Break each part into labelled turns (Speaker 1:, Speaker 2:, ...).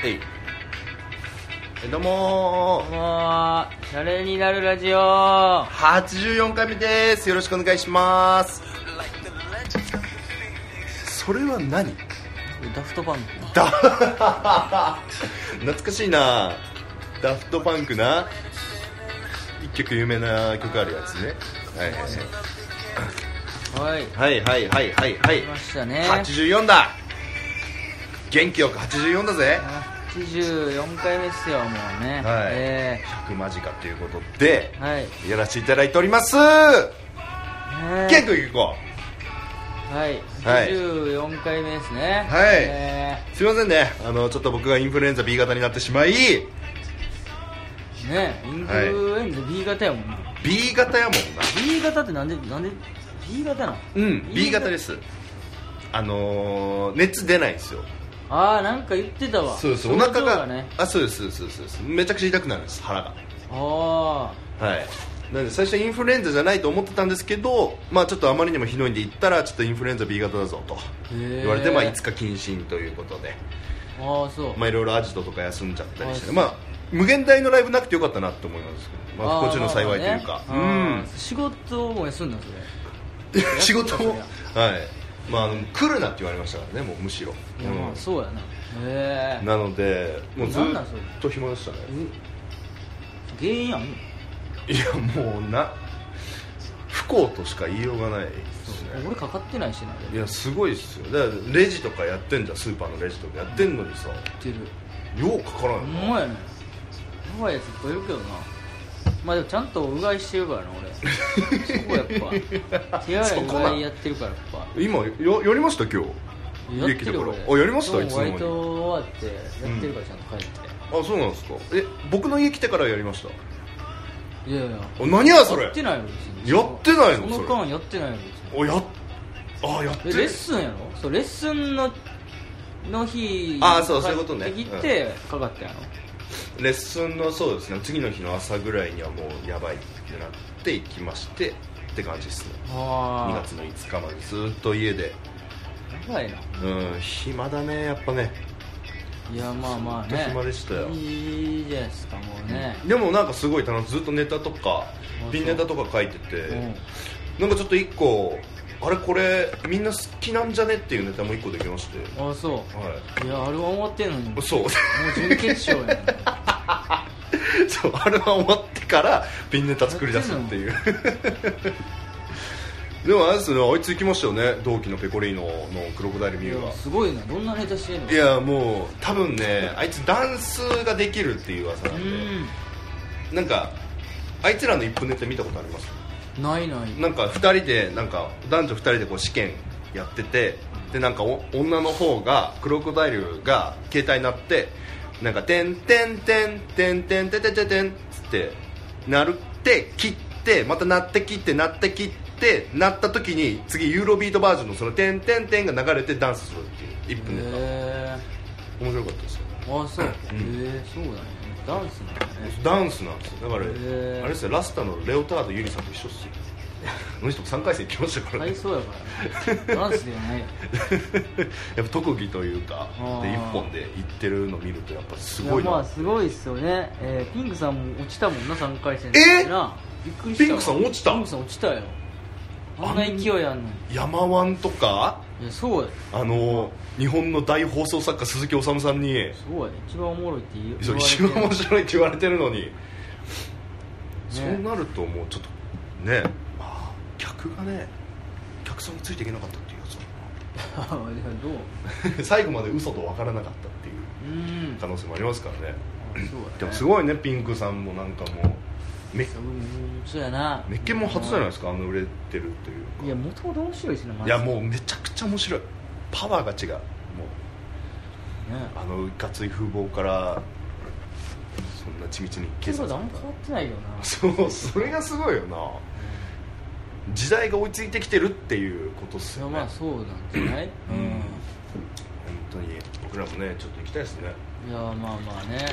Speaker 1: はいえどうもー
Speaker 2: もうシャレになるラジオ
Speaker 1: 84回目ですよろしくお願いしますそれは何
Speaker 2: ダフトパン
Speaker 1: だ懐かしいなダフトパンクな一曲有名な曲あるやつねはい
Speaker 2: クはい
Speaker 1: はいはいはいはいはい
Speaker 2: 来ましたね
Speaker 1: 84だ元気よく84だぜ
Speaker 2: 84回目っすよもうね
Speaker 1: はい
Speaker 2: え
Speaker 1: 100間近ということで
Speaker 2: ーはい
Speaker 1: やらせていただいております
Speaker 2: ね
Speaker 1: 結構いこ
Speaker 2: はい
Speaker 1: はい
Speaker 2: 84回目ですね
Speaker 1: はい
Speaker 2: え
Speaker 1: うすいませんねあのちょっと僕がインフルエンザ B 型になってしまい
Speaker 2: ーねインフルエンザ B 型やもんな
Speaker 1: B 型やもん
Speaker 2: B 型ってなんでなんで B 型なの
Speaker 1: なうん B 型ですすあのー熱出ないんですよ
Speaker 2: ああなんか言ってたわ
Speaker 1: そうですお
Speaker 2: 症状
Speaker 1: 腹が
Speaker 2: ね
Speaker 1: あそうですそうですそうですめちゃくちゃ痛くなるんです腹が
Speaker 2: あ
Speaker 1: はいなんで最初はインフルエンザじゃないと思ってたんですけど、まあ、ちょっとあまりにもひどいんで行ったらちょっとインフルエンザ B 型だぞと
Speaker 2: ー
Speaker 1: 言われて、まあ、5日謹慎ということで、
Speaker 2: あああそう
Speaker 1: まあ、いろいろアジトとか休んじゃったりし
Speaker 2: あ
Speaker 1: て、まあ、無限大のライブなくてよかったなって思いますけど、まあ、不幸中の幸いというか、
Speaker 2: あーまあねあ
Speaker 1: うん
Speaker 2: ー仕事も休んだんそれ
Speaker 1: 仕事も、
Speaker 2: い
Speaker 1: はいまあ、あの来るなって言われましたからねもうむしろ、
Speaker 2: やまあそうやなへ
Speaker 1: うん、
Speaker 2: え
Speaker 1: なのでもうずっ
Speaker 2: なんなんそれ
Speaker 1: と暇でしたね
Speaker 2: 原因やん
Speaker 1: いやもうな不幸としか言いようがないですね
Speaker 2: 俺かかってないしなあ
Speaker 1: い
Speaker 2: れ
Speaker 1: やすごいっすよだからレジとかやってんじゃんスーパーのレジとかやってんのにさよ
Speaker 2: 言ってる
Speaker 1: うかから
Speaker 2: ほ
Speaker 1: ん
Speaker 2: ん
Speaker 1: の
Speaker 2: まやねやばいやついっぱいいるけどなまあでもちゃんとうがいしてるからな俺そこやっ ぱ手洗
Speaker 1: そ
Speaker 2: いうう
Speaker 1: こなん
Speaker 2: がいやってるからやっぱ
Speaker 1: 今よやりました今日
Speaker 2: やってるよ
Speaker 1: 家来てから
Speaker 2: 俺
Speaker 1: あやりました
Speaker 2: 今
Speaker 1: い
Speaker 2: 日
Speaker 1: つの間
Speaker 2: も割
Speaker 1: に
Speaker 2: と終わってやってるからちゃんと帰って、
Speaker 1: あそうなんですかえ僕の家来てからやりました
Speaker 2: いやいや
Speaker 1: あ何やそれ
Speaker 2: やってないよ別に
Speaker 1: やってないの
Speaker 2: そ
Speaker 1: そ
Speaker 2: の
Speaker 1: れ
Speaker 2: 間やってないよ別に
Speaker 1: おやっあやっ
Speaker 2: え
Speaker 1: て
Speaker 2: レッスンやろそうレッスンのの日
Speaker 1: あーそうそういうことね
Speaker 2: 帰ってきてかかったやろ、
Speaker 1: レッスンのそうですね次の日の朝ぐらいにはもうやばいってなって行きましてって感じですね2
Speaker 2: あ
Speaker 1: 月の5日までずっと家で
Speaker 2: あやばいな
Speaker 1: うん暇だねやっぱね
Speaker 2: いやまあまあ
Speaker 1: ずっ
Speaker 2: ね
Speaker 1: と暇でしたよ
Speaker 2: いいじゃないですかもうね、
Speaker 1: でもなんかすごい楽しいずっとネタとか
Speaker 2: そう
Speaker 1: ピンネタとか書いて
Speaker 2: う
Speaker 1: て
Speaker 2: ん、
Speaker 1: なんかちょっと1個あれこれみんな好きなんじゃねっていうネタも1個できまして
Speaker 2: ああそ
Speaker 1: は
Speaker 2: ういやあれは終わってんのにも
Speaker 1: いうそう
Speaker 2: 準決勝や ね
Speaker 1: そうあれは終わってからピンネタ作り出すっていうでもあれですねあいつ行きましたよね同期のペコリーノのクロコダイルミュー
Speaker 2: い
Speaker 1: が
Speaker 2: やすごいなどんなネタしてんの
Speaker 1: いやもう多分ねあいつダンスができるっていう噂
Speaker 2: う
Speaker 1: なんで
Speaker 2: ー
Speaker 1: なんかあいつらの1分ネタ見たことあります
Speaker 2: んないない
Speaker 1: なんか2人でなんか男女2人でこう試験やっててでなんかお女の方がクロコダイルが携帯になってなんか「てんてんてんてんてんてんてんてんてん」つって鳴って切ってまた鳴って切って鳴って切って鳴った時に次ユーロビートバージョンのその「てんてんてん」が流れてダンスするっていう1分ネ
Speaker 2: へ
Speaker 1: タ面白かったですよ
Speaker 2: えああそうへ
Speaker 1: ん
Speaker 2: えそうだねダンスなんだね
Speaker 1: ダンスなんですよだから
Speaker 2: へー
Speaker 1: あれですよラスタのレオタードゆりさんと一緒っすよ あの人も3回戦行きましたからね
Speaker 2: 体操やからダンスではないや
Speaker 1: やっぱ特技というか
Speaker 2: あ
Speaker 1: で
Speaker 2: ー
Speaker 1: 一本で行ってるの見るとやっぱすごい
Speaker 2: いやまあ
Speaker 1: な
Speaker 2: すごいっすよね、えーピンクさんも落ちたもんな3回戦
Speaker 1: え
Speaker 2: なびっくりしたわ
Speaker 1: ピンクさん落ちた
Speaker 2: ピンクさん落ちたよあんな勢いあんの
Speaker 1: 山ワンとか
Speaker 2: いやそうや
Speaker 1: あの日本の大放送作家鈴木治さんに
Speaker 2: そうや一番おもろいって言う
Speaker 1: そう一
Speaker 2: 言
Speaker 1: 番
Speaker 2: われて
Speaker 1: 面白いって言われてるのに、そうなるともうちょっとねまあ客がね客さんについていけなかったっていうや
Speaker 2: いやどう
Speaker 1: つ最後まで嘘と分からなかったっていう
Speaker 2: うん
Speaker 1: 可能性もありますからね
Speaker 2: あそうやね
Speaker 1: でもす
Speaker 2: い
Speaker 1: ごいねピンクさんもなんかもうめ
Speaker 2: そうやな
Speaker 1: めっけもん初じゃないですかあの売れてるというか
Speaker 2: いやもともと面白いしなマジ
Speaker 1: いやもうめちゃくちゃ面白いパワーが違うもう
Speaker 2: うね
Speaker 1: あのいかつい風貌からそんな緻密に
Speaker 2: け
Speaker 1: 計
Speaker 2: ど
Speaker 1: 算
Speaker 2: あんま変わってないよ な
Speaker 1: そうそれがすごいよな時代が追いついてきてるっていうことっす
Speaker 2: いや
Speaker 1: よね
Speaker 2: まあ
Speaker 1: 本
Speaker 2: そうなんじゃない
Speaker 1: うん
Speaker 2: うん
Speaker 1: 当に僕らもねちょっと行きたいですね
Speaker 2: いやまあまあ ね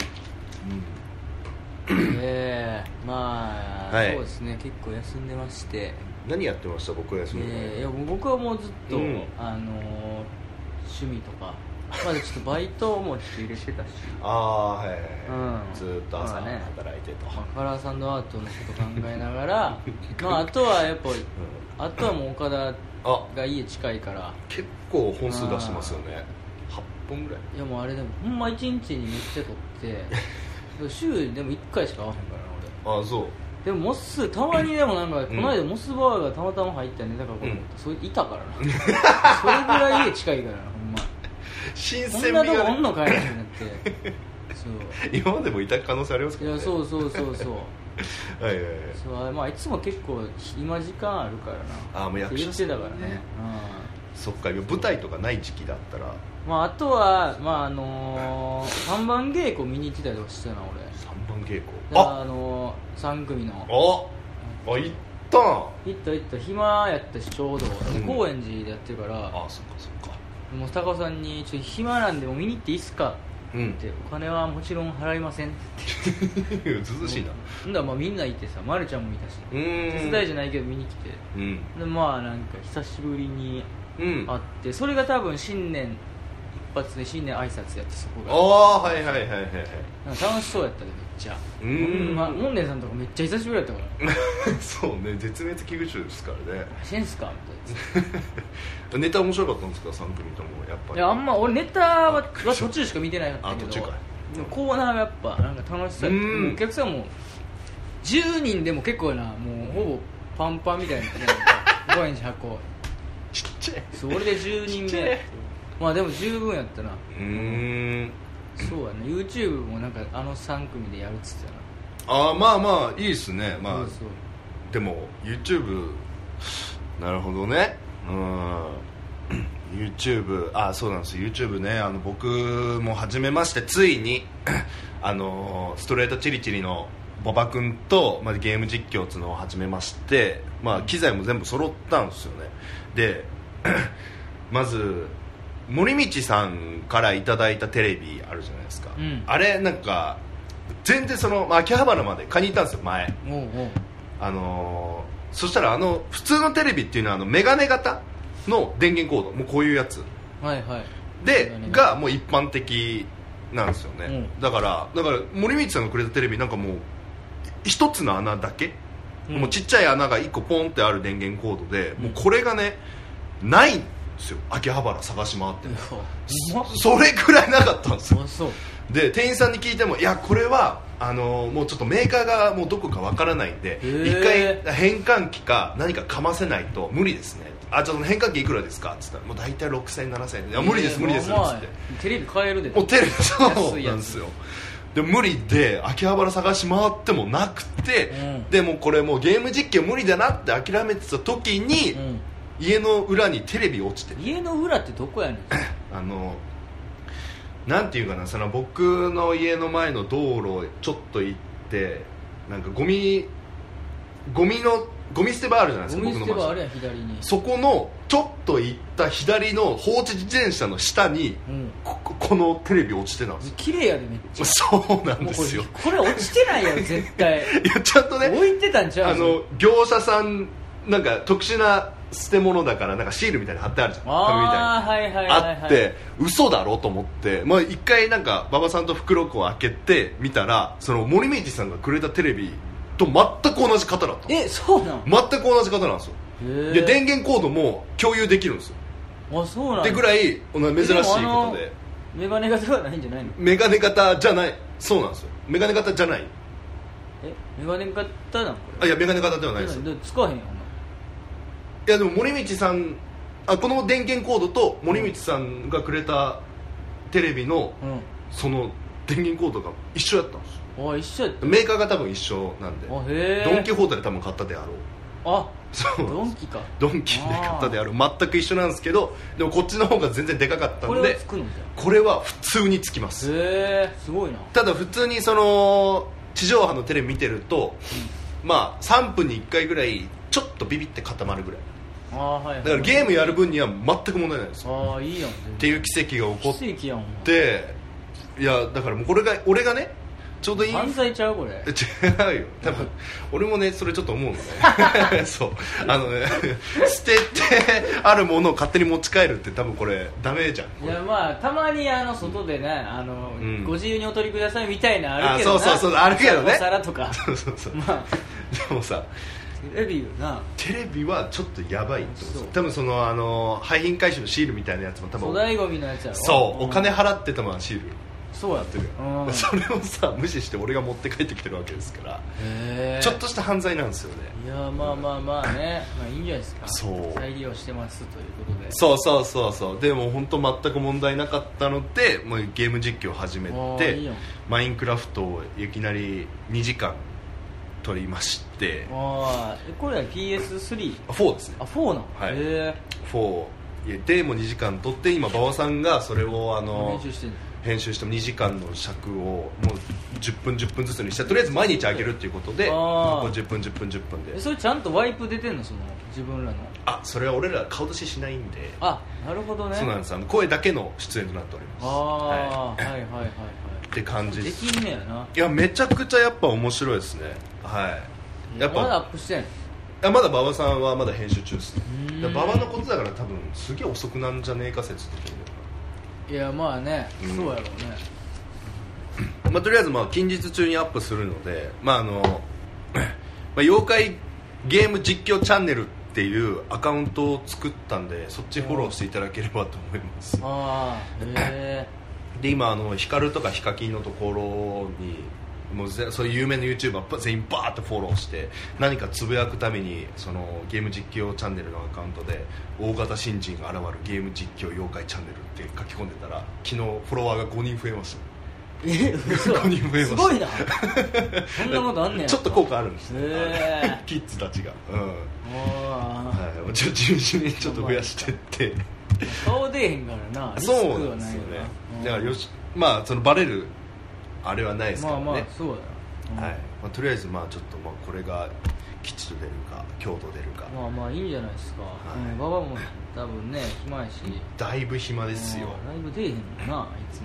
Speaker 1: う
Speaker 2: えー、まあ、
Speaker 1: はい
Speaker 2: そうですね結構休んでまして、
Speaker 1: ん何やってました僕は休みの
Speaker 2: えーい
Speaker 1: 間
Speaker 2: や僕はもうずっと、
Speaker 1: うん
Speaker 2: あのー趣味とかまだちょっとバイトもちょっと入れてたし
Speaker 1: ああはいはいはい、
Speaker 2: うん
Speaker 1: ずーっと朝
Speaker 2: まあね
Speaker 1: 働いてと、
Speaker 2: まあカラーサンドアートのこと考えなが らまああとはやっぱあとはもう岡
Speaker 1: あ
Speaker 2: 田が家近いから
Speaker 1: 結構本数出してますよね8本ぐらい
Speaker 2: いやもうあれでもほんま1日にめっちゃ撮って週でも1回しか会わへんからな俺
Speaker 1: ああそう
Speaker 2: でもモスたまにでもなんか、
Speaker 1: ん
Speaker 2: この間モスバーガーたまたま入ったネタ書こうと思った、
Speaker 1: う
Speaker 2: それいた からなそれぐらい家近いからなほんま
Speaker 1: 新
Speaker 2: こ
Speaker 1: 鮮
Speaker 2: ん
Speaker 1: 味
Speaker 2: な
Speaker 1: が、
Speaker 2: とこおん
Speaker 1: ね、
Speaker 2: のかいってなってそ
Speaker 1: 今までもいた可能性ありますか
Speaker 2: うい
Speaker 1: らね
Speaker 2: やそうそうそうそう
Speaker 1: はいはいはい
Speaker 2: そうあまあいつも結構今時間あるからな
Speaker 1: あーもう役者
Speaker 2: って言ってたから
Speaker 1: さん
Speaker 2: ね
Speaker 1: ねそっか今舞台とかない時期だったら
Speaker 2: うんまああとはまああのー、 三番稽古見に行ってたりとかしてたな俺
Speaker 1: 三番稽古
Speaker 2: だから
Speaker 1: あ
Speaker 2: あのー、3組の
Speaker 1: ああ行ったな
Speaker 2: 行った行った暇やったしちょうど、
Speaker 1: うん
Speaker 2: 高円寺でやってるから
Speaker 1: あそっかそっか
Speaker 2: もう高尾さんに「ちょっと暇なんでもう見に行っていいっすか?」
Speaker 1: う
Speaker 2: っ
Speaker 1: ん
Speaker 2: て「お金はもちろん払いません」って
Speaker 1: 涼しいな
Speaker 2: ほんだらまあみんな行ってさまるちゃんもいたし
Speaker 1: うーん
Speaker 2: 手伝いじゃないけど見に来て
Speaker 1: うん
Speaker 2: でまあなんか久しぶりに
Speaker 1: うん
Speaker 2: 会
Speaker 1: あ
Speaker 2: ってそれが多分新年一発で新年挨拶やってそこが
Speaker 1: あはいはいはいはいはい
Speaker 2: なんか楽しそうやったでめっちゃ
Speaker 1: うーん
Speaker 2: ほま門田さんとかめっちゃ久しぶりやったから
Speaker 1: そうね絶滅危惧種ですからね
Speaker 2: 「せんすか?」みたい
Speaker 1: ネタ面白かったんですか3組ともやっぱ
Speaker 2: な
Speaker 1: り
Speaker 2: いやあんま俺ネタはは途中しか見てなかったけ
Speaker 1: あ
Speaker 2: ど
Speaker 1: 途中か
Speaker 2: でもコーナーがやっぱなんか楽しそうやった
Speaker 1: うん
Speaker 2: もうお客さんも10人でも結構なもうほぼパンパンみたいな5円寺箱
Speaker 1: ちっちゃい
Speaker 2: それで10
Speaker 1: ち
Speaker 2: 人
Speaker 1: っちゃ
Speaker 2: 目
Speaker 1: い
Speaker 2: まあでも十分やったな
Speaker 1: うーん
Speaker 2: そうやね YouTube もなんかあの3組でやるっつってたな
Speaker 1: ああまあまあいいっすねまあ、
Speaker 2: そうそう
Speaker 1: でも YouTube なるほどねうん YouTube あそうなんです YouTube ねあの僕も初めましてついにあのストレートチリチリの馬場君と、まあ、ゲーム実況っつうのを始めまして、まあ、機材も全部揃ったんですよねでまず森道さんからいただいたテレビあるじゃないですか、
Speaker 2: うん
Speaker 1: あれなんか全然その、まあ、秋葉原まで買いに行ったんですよ前
Speaker 2: おうおう
Speaker 1: あのーそしたらあの普通のテレビっていうのはあのメガネ型の電源コードもうこういうやつ
Speaker 2: はいはい
Speaker 1: で
Speaker 2: メガネ型
Speaker 1: がもう一般的なんですよね、だからだから森光さんがくれたテレビなんかもうい一つの穴だけ、
Speaker 2: うん
Speaker 1: もうちっちゃい穴が一個ポンってある電源コードで、もうこれがねないんですよ秋葉原探し回って、
Speaker 2: うわ
Speaker 1: それくらいなかったんですよ
Speaker 2: あそう
Speaker 1: で店員さんに聞いてもいやこれはあのーもうちょっとメーカーがもうどこかわからないんで一
Speaker 2: へー
Speaker 1: 回変換器か何かかませないと無理ですねあちょっと変換器いくらですかっつったらもう大体60007000円いや無理です無理ですっ
Speaker 2: まあま
Speaker 1: つ
Speaker 2: あ
Speaker 1: って
Speaker 2: テレビ買えるで
Speaker 1: もうテレビ
Speaker 2: 安
Speaker 1: そう
Speaker 2: いや
Speaker 1: な
Speaker 2: つ
Speaker 1: んですよで無理で秋葉原探し回ってもなくて、
Speaker 2: うん
Speaker 1: でもうこれもうゲーム実況無理だなって諦めてた時に、
Speaker 2: うん
Speaker 1: 家の裏にテレビ落ちてて
Speaker 2: 家の裏ってどこやねん
Speaker 1: あのなんていうかなその僕の家の前の道路ちょっと行ってなんかゴミゴミのゴミ捨て場あるじゃないです
Speaker 2: ゴ
Speaker 1: か
Speaker 2: ミ捨て
Speaker 1: 僕の
Speaker 2: 場あ
Speaker 1: マン
Speaker 2: る
Speaker 1: ション
Speaker 2: やん左に
Speaker 1: そこのちょっと行った左の放置自転車の下に
Speaker 2: うん
Speaker 1: こここのテレビ落ちてたんですよ
Speaker 2: 綺麗やでめっちゃ
Speaker 1: そうなんで
Speaker 2: もうこ
Speaker 1: す
Speaker 2: れ
Speaker 1: よ
Speaker 2: これ落ちてないやろ絶対
Speaker 1: いやちゃんと ね
Speaker 2: 置いてたんちゃう
Speaker 1: あの業者さんなんか特殊な捨て物だからなんかシールみたいに貼ってあるじゃん紙みたいな
Speaker 2: ああはいはいはいは
Speaker 1: あ
Speaker 2: い
Speaker 1: って嘘だろと思ってまあ一回なんか馬場さんと袋子を開けて見たらその森明治さんがくれたテレビと全く同じ型だった
Speaker 2: えそうなん
Speaker 1: 全く同じ型なんですよ
Speaker 2: へえ
Speaker 1: で電源コードも共有できるんですよ
Speaker 2: あそうなん
Speaker 1: ってぐらいこんな珍しい
Speaker 2: でもあ
Speaker 1: こ
Speaker 2: の
Speaker 1: とで
Speaker 2: メガネ型はないんじゃないの
Speaker 1: メガネ型じゃないそうなんですよメガネ型じゃない
Speaker 2: えメガネ型なのこ
Speaker 1: あいやメガネ型ではない
Speaker 2: れ
Speaker 1: ですよ
Speaker 2: で使わへんよ
Speaker 1: いやでも森道さんあこの電源コードと森道さんがくれたテレビの
Speaker 2: お前
Speaker 1: その電源コードが一緒やったんですよ
Speaker 2: うんあ一緒やった
Speaker 1: メーカーが多分一緒なんで
Speaker 2: あへえ
Speaker 1: ドン・キホーテで多分買ったであろう
Speaker 2: あ
Speaker 1: そう
Speaker 2: ドンキか
Speaker 1: ドンキで買ったであろう全く一緒なんですけどでもこっちの方が全然でかかった
Speaker 2: こ
Speaker 1: ん
Speaker 2: れを
Speaker 1: で
Speaker 2: つくのじゃ
Speaker 1: これは普通につきます
Speaker 2: へえすごいな
Speaker 1: ただ普通にその地上波のテレビ見てるとまあ3分に1回ぐらいちょっとビビって固まるぐらい
Speaker 2: ああはいはい
Speaker 1: だからゲームやる分には全く問題ないですよ
Speaker 2: ああいいやん
Speaker 1: っていう奇跡が起こっ
Speaker 2: 奇跡やん
Speaker 1: ていやだからもうこれが俺がねちょうどいい
Speaker 2: 犯罪ちゃうこれ
Speaker 1: 違うよ多分俺もねそれちょっと思うのね そうあのね捨ててあるものを勝手に持ち帰るって多分これダメじゃん
Speaker 2: いやまあたまにあの外でねあの、
Speaker 1: ん
Speaker 2: ご自由にお取りくださいみたいなのあるけどな
Speaker 1: あそうそうそうあるけどね
Speaker 2: お皿とか
Speaker 1: そうそうそう
Speaker 2: まあ
Speaker 1: でもさ
Speaker 2: テレビよな
Speaker 1: テレビはちょっとやばいと思
Speaker 2: そう
Speaker 1: う多分そのあの廃品回収のシールみたいなやつも多
Speaker 2: 粗
Speaker 1: 分
Speaker 2: 大ゴミのやつやろ
Speaker 1: そう、
Speaker 2: ん
Speaker 1: お金払ってたまんシール
Speaker 2: そうやってるうん
Speaker 1: それをさ無視して俺が持って帰ってきてるわけですから、
Speaker 2: へえ
Speaker 1: ちょっとした犯罪なんですよね
Speaker 2: いやまあまあまあねまあいいんじゃないですか
Speaker 1: そう
Speaker 2: 再利用してますということで
Speaker 1: そうそうそうそうでも本当全く問題なかったのでもうゲーム実況を始め
Speaker 2: おー
Speaker 1: て
Speaker 2: いいよ
Speaker 1: マインクラフトをいきなり2時間取りまして
Speaker 2: ああこれは PS3
Speaker 1: 4ですね
Speaker 2: あ4なの
Speaker 1: はい
Speaker 2: へ
Speaker 1: 4でもう2時間取って今馬場さんがそれをあ
Speaker 2: え
Speaker 1: の
Speaker 2: 練習してんの
Speaker 1: 編集しても2時間の尺をもう10分10分ずつにしてとりあえず毎日あげるっていうことで
Speaker 2: あー
Speaker 1: こう10分10分10分
Speaker 2: え
Speaker 1: で
Speaker 2: それちゃんとワイプ出てんのその自分らの
Speaker 1: あそれは俺ら顔出ししないんで
Speaker 2: あなるほどね
Speaker 1: そうなんですあの声だけの出演となっております
Speaker 2: ああ、
Speaker 1: は
Speaker 2: はい、はいはいはいはい
Speaker 1: い、って感じ
Speaker 2: で
Speaker 1: です
Speaker 2: きんねやない
Speaker 1: やめちゃくちゃやっぱ面白いですねはいやっぱ
Speaker 2: まだアップしてんの
Speaker 1: あまだ馬場さんはまだ編集中ですね
Speaker 2: うーん
Speaker 1: だから馬場のことだから多分すげえ遅くなんじゃねえか説と
Speaker 2: いやまあね、
Speaker 1: うん
Speaker 2: そうやろうね
Speaker 1: まあ、とりあえずまあ近日中にアップするので、まああの まあ、妖怪ゲーム実況チャンネルっていうアカウントを作ったんでそっちフォローしていただければと思います
Speaker 2: ああへえ
Speaker 1: で今あのヒカルとかヒカキンのところにもうぜそういう有名な YouTuber 全員バーってフォローして何かつぶやくためにそのゲーム実況チャンネルのアカウントで大型新人が現るゲーム実況妖怪チャンネルって書き込んでたら昨日フォロワーが5人増えまし
Speaker 2: え嘘
Speaker 1: 五人増えました
Speaker 2: すごいなそんなことあんね
Speaker 1: た
Speaker 2: や
Speaker 1: ちょっと効果あるんですね
Speaker 2: へ
Speaker 1: キッズたちが、うん
Speaker 2: あ
Speaker 1: はい、ちょ順々にちょっと増やしてって
Speaker 2: あ顔出えへんからなリスク
Speaker 1: そう
Speaker 2: はないよ
Speaker 1: なんですよね
Speaker 2: うん
Speaker 1: だからよしまあそのバレるあれはないですから
Speaker 2: まあ
Speaker 1: ね、
Speaker 2: まあそうだな
Speaker 1: はいまあ、とりあえずまあちょっとまあこれが吉と出るか強と出るか、
Speaker 2: まあまあいいんじゃないですか、
Speaker 1: はい
Speaker 2: うん、馬場も多分ね暇やし
Speaker 1: だいぶ暇ですよ
Speaker 2: うんライブ出えへんもんないつ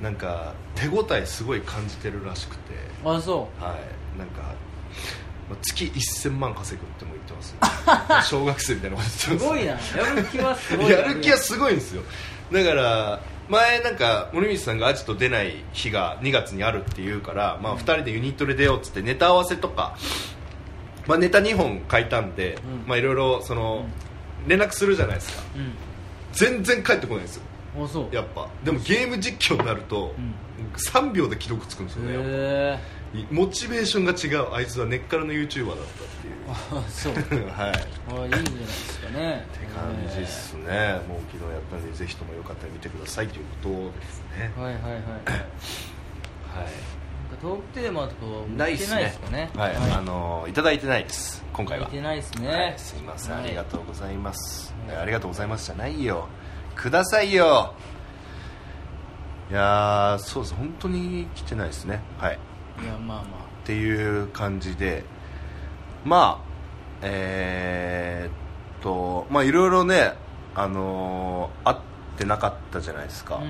Speaker 1: なんか手応えすごい感じてるらしくて
Speaker 2: もあそ
Speaker 1: はいなんかまあ月1000万稼ぐっても言ってますね、 小学生みたいなこと
Speaker 2: う
Speaker 1: 言
Speaker 2: す
Speaker 1: って
Speaker 2: ご
Speaker 1: ます
Speaker 2: いなやる気はすごい
Speaker 1: やる気は
Speaker 2: す
Speaker 1: すごいんですよだから前なんか森光さんがあちょっと出ない日が2月にあるっていうから、まあ、2人でユニットで出ようっつってネタ合わせとか、まあ、ネタ2本書いたんで
Speaker 2: うん
Speaker 1: まあいろいろその連絡するじゃないですか
Speaker 2: う
Speaker 1: 全然返ってこないんですよ
Speaker 2: んあそう
Speaker 1: やっぱでもゲーム実況になると
Speaker 2: うん
Speaker 1: 3秒で記録つくんですよねやっぱ
Speaker 2: へえ
Speaker 1: モチベーションが違うあいつは根っからの YouTuber だった
Speaker 2: あそう
Speaker 1: っていう はい
Speaker 2: あいいんじゃないですかね
Speaker 1: って感じっすね、もう昨日やったんでぜひともよかったら見てくださいということですね
Speaker 2: えーはいはいはいはいなんか
Speaker 1: はい
Speaker 2: トークテーマとかは持ってないですかね
Speaker 1: はい、あのーいただいてないです今回は
Speaker 2: 見てないです
Speaker 1: は
Speaker 2: ね
Speaker 1: いすいません、
Speaker 2: はい
Speaker 1: ありがとうございます、
Speaker 2: はい
Speaker 1: えありがとうございますじゃないよくださいよいやーそうです本当に来てないですねはい
Speaker 2: いやまあま
Speaker 1: っていう感じでまあえーっとまあいろいろねあのー会ってなかったじゃないですか、
Speaker 2: あう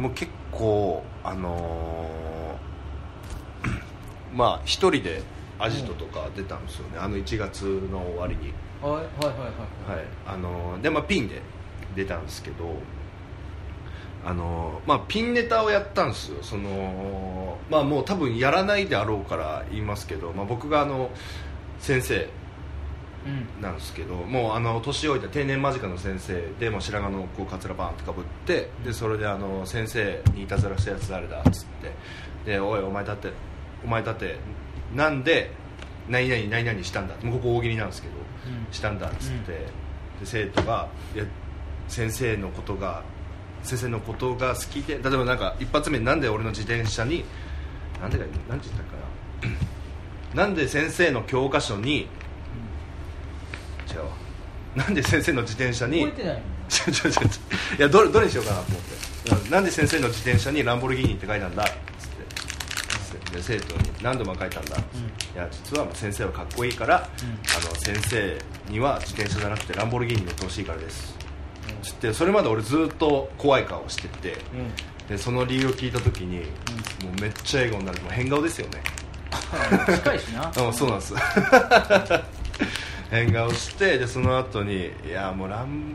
Speaker 2: ん
Speaker 1: もう結構あのーまあ一人でアジトとか出たんですよね、あの1月の終わりに、
Speaker 2: はいはいはいはい
Speaker 1: はいあのーでまあピンで出たんですけどあのーまあピンネタをやったんですよそのまあもう多分やらないであろうから言いますけど、まあ、僕があの先生
Speaker 2: うん
Speaker 1: なんですけどもうあの年老いた定年間近の先生でもう白髪のこうかつらバーンってかぶってでそれであの先生にいたずらしたやつ誰だっつってで「おいお前だってお前だってなんで何々何々したんだ」もうここ大喜利なんですけど
Speaker 2: うん
Speaker 1: したんだっつって、で生徒がいや先生のことが先生のことが好きで例えばなんか一発目になんで俺の自転車になんでかなんて言ったかな なんで先生の教科書に違うわなんで先生の自転車に
Speaker 2: 覚えてない
Speaker 1: ちょちょちょちょいやどれどれにしようかなと思ってうんなんで先生の自転車にランボルギーニって書いたんだっつってで生徒に何度も書いたんだ、いや実は先生はかっこいいから、
Speaker 2: うん
Speaker 1: あの先生には自転車じゃなくてランボルギーニに乗ってほしいからですつってそれまで俺ずっと怖い顔してて
Speaker 2: うん
Speaker 1: ででその理由を聞いた時に、もうめっちゃ笑顔になるもう変顔ですよね
Speaker 2: 近いしな
Speaker 1: あそうなんです変顔してでその後にいやもうラン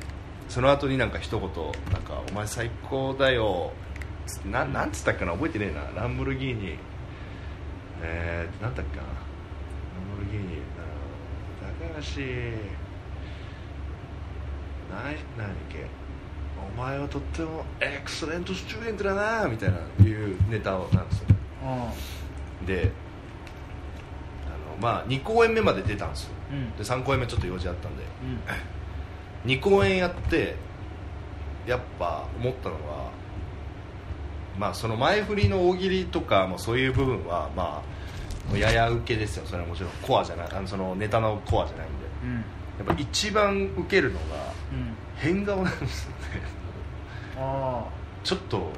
Speaker 1: その後になんか一言「なんかお前最高だよ」つななんつったっけな覚えてねえなランボルギーニえー、なんだっけなランボルギーニな高橋な何だっけお前はとってもエクセレントスチューデントだなみたいないうネタをなんですよであのまあ2公演目まで出たんですよ
Speaker 2: うんうん
Speaker 1: で3公演目ちょっと用事あったんで
Speaker 2: うん
Speaker 1: 2公演やってやっぱ思ったのはまあその前振りの大喜利とかもそういう部分はまあやや受けですよそれはもちろんコアじゃないあのそのネタのコアじゃないんで
Speaker 2: うん
Speaker 1: やっぱ一番受けるのが
Speaker 2: うん
Speaker 1: 変顔なんですよね
Speaker 2: あ
Speaker 1: ちょっと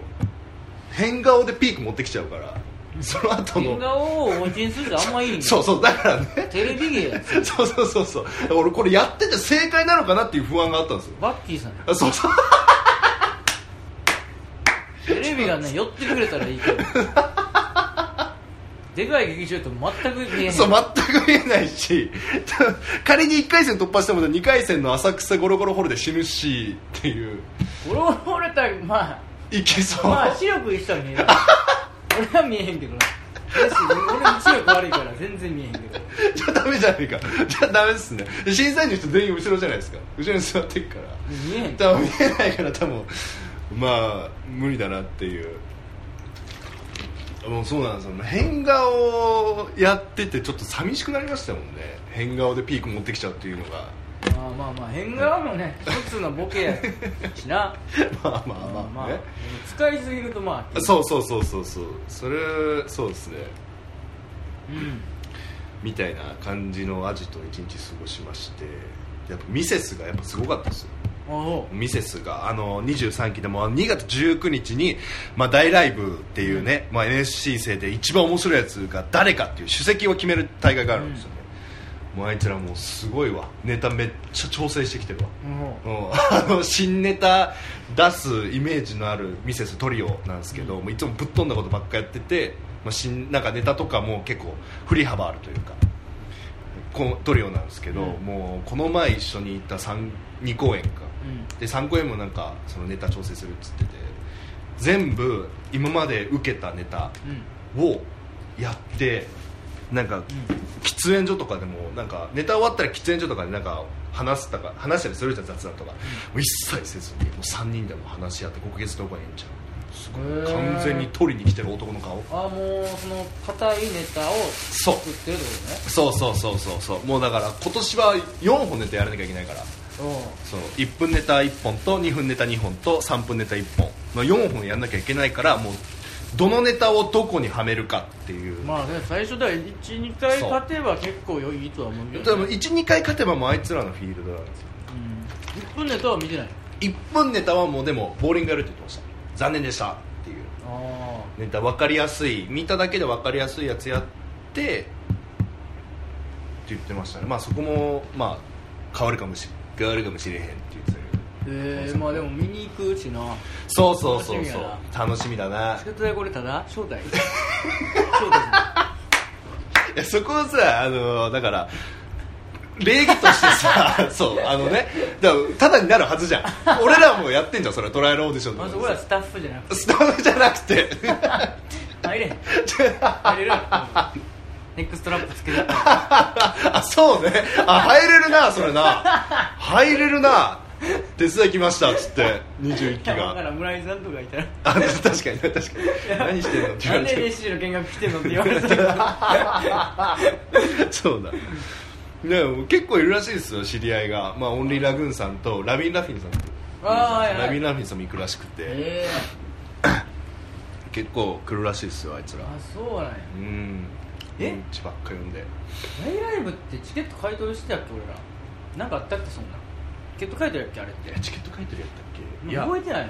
Speaker 1: 変顔でピーク持ってきちゃうからその
Speaker 2: あ
Speaker 1: 後
Speaker 2: 変
Speaker 1: の
Speaker 2: 顔をお持ちにするってあんまいいね
Speaker 1: そうそうだからね
Speaker 2: テレビ芸や つ
Speaker 1: そうそうそうそう俺これやってて正解なのかなっていう不安があったんですよ
Speaker 2: バッキーさん
Speaker 1: あそうそう
Speaker 2: テレビがね寄ってくれたらいいけどでかい劇場と全く見えへん
Speaker 1: そう全く見えないし 仮に1回戦突破しても2回戦の浅草ゴロゴロホールで死ぬしっていう
Speaker 2: 俺は俺たまあ
Speaker 1: いけそう、
Speaker 2: まあ視力一緒は見える俺は見えへんけどなだし俺視力悪いから全然見えへんけど
Speaker 1: じゃあダメじゃないかじゃあダメですね審査員の人全員後ろじゃないですか後ろに座ってるから
Speaker 2: 見えへん
Speaker 1: 多分見えないから多分まあ無理だなっていうもうそうなんですよ変顔やっててちょっと寂しくなりましたもんね変顔でピーク持ってきちゃうっていうのが
Speaker 2: まあまあまあ変顔もね一つのボケやしな
Speaker 1: まあまあまあね、
Speaker 2: でも使いすぎるとまあ
Speaker 1: そうそうそうそうそうそれそうですね
Speaker 2: うん
Speaker 1: みたいな感じのアジトを一日過ごしましてやっぱミセスがやっぱすごかったですよ
Speaker 2: おお
Speaker 1: ミセスがあの23期でも2月19日に、まあ、大ライブっていうね、まあ、NSC 生で一番面白いやつが誰かっていう主席を決める大会があるんですよね、もうあいつらもうすごいわネタめっちゃ調整してきてるわ
Speaker 2: お
Speaker 1: うんあの新ネタ出すイメージのあるミセストリオなんですけど、もういつもぶっ飛んだことばっかやってて、まあ、新なんかネタとかも結構振り幅あるというかこのトリオなんですけど、
Speaker 2: うん
Speaker 1: もうこの前一緒に行った三2公演か
Speaker 2: うん
Speaker 1: で3公演もなんかそのネタ調整するっつってて全部今まで受けたネタ
Speaker 2: うん
Speaker 1: をやってなんか喫煙所とかでもなんかネタ終わったら喫煙所とかでなんか話すとか話したりするじゃん雑談とか、もう一切せずにもう3人でも話し合って国月とかにいっちゃうすご
Speaker 2: へ
Speaker 1: い
Speaker 2: ー
Speaker 1: 完全に取りに来てる男の顔
Speaker 2: ああもうその硬いネタを
Speaker 1: そう
Speaker 2: 作ってるってことね
Speaker 1: そうそうそうそうそうもうだから今年は4本ネタやらなきゃいけないから
Speaker 2: お
Speaker 1: そう1分ネタ1本と2分ネタ2本と3分ネタ1本の4本やんなきゃいけないからもうどのネタをどこにはめるかっていう、
Speaker 2: うまあね最初だ12回勝てば結構良いとは思うけ
Speaker 1: 多
Speaker 2: ど、
Speaker 1: 分
Speaker 2: ね、
Speaker 1: 12回勝てばもうあいつらのフィールドなんですよ
Speaker 2: うん1分ネタは見てない
Speaker 1: 1分ネタはもうでもボーリングやるって言ってました残念でしたっていう
Speaker 2: あ
Speaker 1: ネタ分かりやすい見ただけで分かりやすいやつやってって言ってましたねまあそこもまあ変わるかもし変わるかもしれへんって言ってたけど
Speaker 2: えー、まあでも見に行くうちな
Speaker 1: そうそうそうそう
Speaker 2: 楽し
Speaker 1: 楽しみだな
Speaker 2: 仕方でこれただ 招待招待す
Speaker 1: いやそこはさあのだから礼儀としてさ そうあのねだからただになるはずじゃん俺らもやってんじゃんそれトライアルオーディション
Speaker 2: る
Speaker 1: とか
Speaker 2: ま
Speaker 1: でさ
Speaker 2: ず俺はスタッフじゃなくて
Speaker 1: スタッフじゃなくて
Speaker 2: 入れへん入 れるネックストラップつけて
Speaker 1: あそうねあ入れるなそれな入れるな手伝い来ましたっつって21期
Speaker 2: だか
Speaker 1: が
Speaker 2: ら村井さんとかいたら
Speaker 1: あ確かにね確かに何してんのって言わ
Speaker 2: なん
Speaker 1: れ
Speaker 2: で
Speaker 1: て
Speaker 2: NSC の見学来てんのって言われた けど
Speaker 1: そうだでも結構いるらしいですよ知り合いが、まあ、オンリーラグーンさんとラビン・ラフィンさんっていう
Speaker 2: あーはいはい
Speaker 1: ラビン・ラフィンさんも行くらしくて、
Speaker 2: え
Speaker 1: 結構来るらしいですよあいつ
Speaker 2: ー、
Speaker 1: ら
Speaker 2: あそうなんや
Speaker 1: うん
Speaker 2: え
Speaker 1: うんちばっか読んで
Speaker 2: 大ライブってチケット買い取りしてたっけ俺らなんかあったっけそんなチケット買い取りやっけあれって
Speaker 1: えチケット書いてるやったっけ
Speaker 2: 覚えてない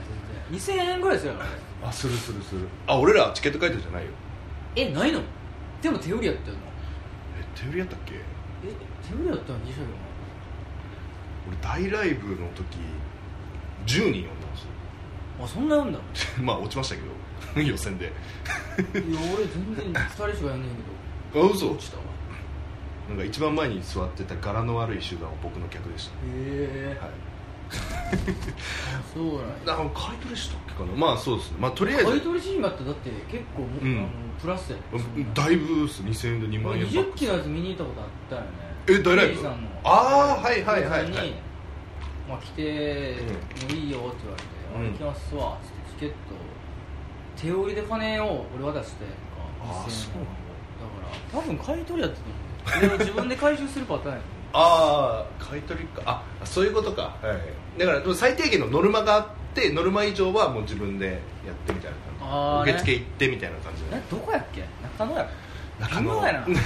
Speaker 2: 全然2000円ぐらいですよあれ
Speaker 1: あするするするあ俺らチケット書いてるじゃないよ
Speaker 2: えないのでも手売りやったよな
Speaker 1: え手売りやったっけ
Speaker 2: え手売りやったの2種類も
Speaker 1: 俺大ライブの時10人呼んだんですよ
Speaker 2: あそんなや んだい
Speaker 1: まあ落ちましたけど 予選で
Speaker 2: や俺全然2人しかやんねんけ
Speaker 1: あ
Speaker 2: ど
Speaker 1: 嘘
Speaker 2: 落ちたわ
Speaker 1: なんか一番前に座ってた柄の悪い集団は僕の客でし
Speaker 2: へえ
Speaker 1: た、はい、
Speaker 2: そう
Speaker 1: あ
Speaker 2: なんや
Speaker 1: 買い取りしたっけかなまあそうですねまあとりあえ
Speaker 2: 買い
Speaker 1: ず
Speaker 2: 取りシーンだってだって結構、も
Speaker 1: うん
Speaker 2: あのプラスや
Speaker 1: うんだいぶです2000円で2万円
Speaker 2: 2
Speaker 1: バッ
Speaker 2: 0
Speaker 1: ク
Speaker 2: 期のやつ見に行ったことあったよね
Speaker 1: え大ライ
Speaker 2: 刑事
Speaker 1: ブ
Speaker 2: さんの
Speaker 1: ああはいはいはいは
Speaker 2: 刑事さん
Speaker 1: い
Speaker 2: にまあ、来てもういいよって言われて「
Speaker 1: うん
Speaker 2: あ行きますわ」っつってチケット手売りで金を俺渡してなんか
Speaker 1: あー
Speaker 2: 1000
Speaker 1: そうなん
Speaker 2: だから多分買い取りやったと思う俺は自分で回収するパターンや
Speaker 1: ああ買い取りかあそういうことかはいだからでも最低限のノルマがあってノルマ以上はもう自分でやってみたいな
Speaker 2: あ
Speaker 1: 感
Speaker 2: ー
Speaker 1: じ
Speaker 2: ね
Speaker 1: 受付行ってみたいな感じ
Speaker 2: な
Speaker 1: で
Speaker 2: どこやっけ中野やろ
Speaker 1: 中野
Speaker 2: 微 妙やなみんな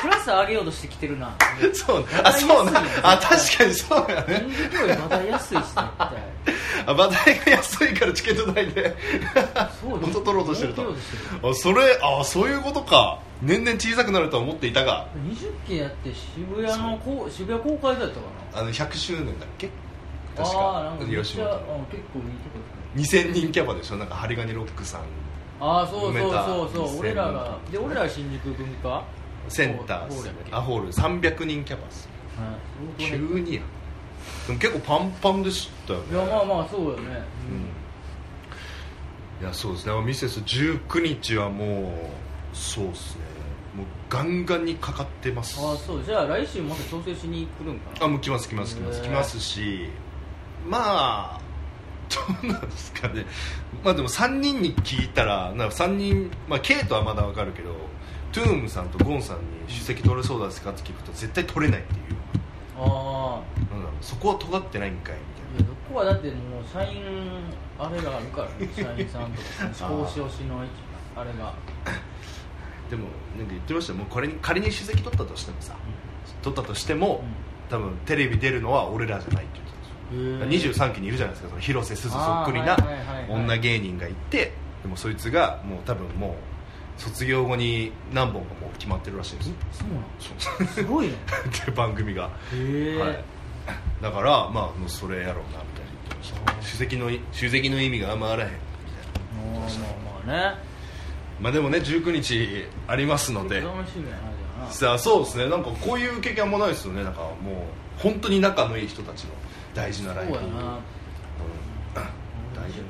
Speaker 2: プラス上げようとしてきてるな
Speaker 1: そうあそうな
Speaker 2: 安いよ
Speaker 1: あ確かにそうやね
Speaker 2: 演劇よりまだ安いし絶対
Speaker 1: あ馬代が安いからチケット代で
Speaker 2: そう
Speaker 1: 元取ろうとしてると
Speaker 2: 儲けようとしてる
Speaker 1: あそれあそういうことか年々小さくなるとは思っていたが
Speaker 2: 20期やって渋谷のこう渋谷公開だったか
Speaker 1: あの100周年だっけ
Speaker 2: な
Speaker 1: 確
Speaker 2: あー
Speaker 1: か
Speaker 2: なんかめっ
Speaker 1: 広
Speaker 2: ち
Speaker 1: 島
Speaker 2: ゃあ
Speaker 1: と
Speaker 2: 結構いいとこですね
Speaker 1: 2000人キャパでしょなんか針金ロックさん
Speaker 2: ああそうそうそう
Speaker 1: 埋め
Speaker 2: そ
Speaker 1: た
Speaker 2: う俺らがで俺らが新宿文化
Speaker 1: センターっ
Speaker 2: ホー
Speaker 1: す
Speaker 2: ルやっけ
Speaker 1: あホール300人キャパっす
Speaker 2: はい
Speaker 1: 急
Speaker 2: 相当ね
Speaker 1: にやでも結構パンパンでしたよ
Speaker 2: い
Speaker 1: ね
Speaker 2: やまあまあそうよね
Speaker 1: うんいやそうですねミセス19日はもうそうですねもうガンガンにかかってます
Speaker 2: ああそうじゃあ来週また調整しに来るんかな
Speaker 1: あもう来ます来ます来ます
Speaker 2: へえ
Speaker 1: 来ますしまあどうなんですかねまあでも3人に聞いたらなんか3人まあ K とはまだわかるけどトゥームさんとゴンさんに「首席取れそうですか?」って聞くと絶対取れないっていう
Speaker 2: ああ
Speaker 1: なんだろうそこは尖ってないんかい
Speaker 2: いやどこはだってもう社員あれがあるから ね社員さんとか
Speaker 1: あー
Speaker 2: 投資推しのあれが
Speaker 1: みたいなでもなんか言ってましたよもうこれに仮に首席取ったとしてもさ取ったとしても、多分テレビ出るのは俺らじゃないって言ってたんですよ
Speaker 2: うんへえ
Speaker 1: 23期にいるじゃないですかその広瀬すずそっくり
Speaker 2: あ
Speaker 1: な
Speaker 2: ーはいはいはいはい
Speaker 1: 女芸人がいてでもそいつがもう多分もう卒業後に何本かもう決まってるらしいんですよ
Speaker 2: そうな
Speaker 1: そ
Speaker 2: の
Speaker 1: う
Speaker 2: す ごいね
Speaker 1: で番組が、
Speaker 2: へえ、
Speaker 1: はい、だからまあもうそれやろうなみたいな言ってました
Speaker 2: あー
Speaker 1: 首席の首席の意味があんまあらへんみたいな
Speaker 2: まあまあまあね
Speaker 1: まあでもね19日ありますので
Speaker 2: 楽しみやなじゃ
Speaker 1: さあそうですねなんかこういう経験あんまないですよねなんかもう本当に仲のいい人たちの大事な
Speaker 2: あな
Speaker 1: ライブ
Speaker 2: そうや
Speaker 1: 大
Speaker 2: な
Speaker 1: 丈夫